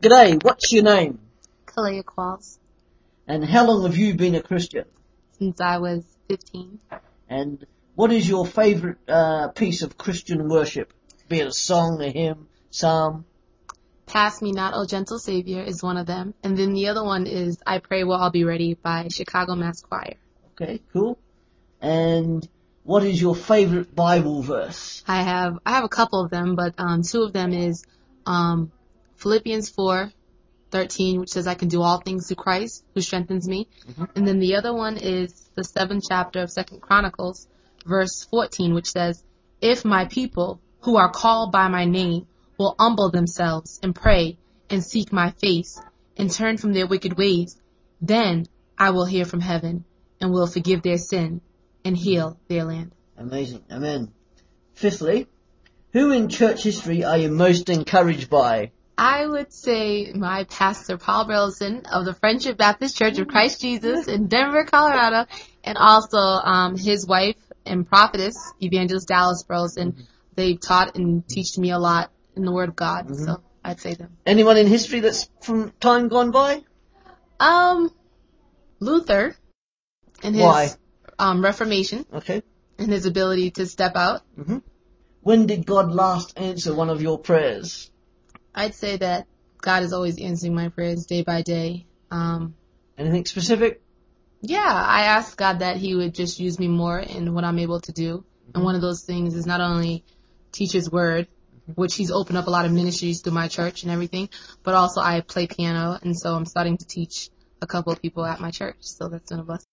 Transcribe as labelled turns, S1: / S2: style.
S1: G'day, what's your name?
S2: Kalia Qualls
S1: And how long have you been a Christian?
S2: since I was 15.
S1: And what is your favourite uh, piece of Christian worship? Be it a song, a hymn, psalm?
S2: Pass Me Not, O Gentle Savior is one of them. And then the other one is I Pray We'll All Be Ready by Chicago Mass Choir.
S1: Okay, cool. And what is your favourite Bible verse?
S2: I have, I have a couple of them, but um, two of them is um, Philippians 4, 13, which says I can do all things through Christ who strengthens me. And then the other one is the seventh chapter of Second Chronicles, verse 14, which says, If my people who are called by my name will humble themselves and pray and seek my face and turn from their wicked ways, then I will hear from heaven and will forgive their sin and heal their land.
S1: Amazing. Amen. Fifthly, who in church history are you most encouraged by?
S2: I would say my pastor, Paul Burleson of the Friendship Baptist Church of Christ Jesus in Denver, Colorado, and also um, his wife and prophetess, Evangelist Dallas Burleson. They've taught and teached me a lot in the Word of God, so I'd say them.
S1: Anyone in history that's from time gone by?
S2: Um, Luther and his
S1: Why?
S2: um, Reformation
S1: Okay.
S2: and his ability to step out.
S1: When did God last answer one of your prayers?
S2: I'd say that God is always answering my prayers day by day. Um,
S1: Anything specific?
S2: Yeah, I asked God that He would just use me more in what I'm able to do. And one of those things is not only teach His Word, which He's opened up a lot of ministries through my church and everything, but also I play piano, and so I'm starting to teach a couple of people at my church. So that's been a blessing.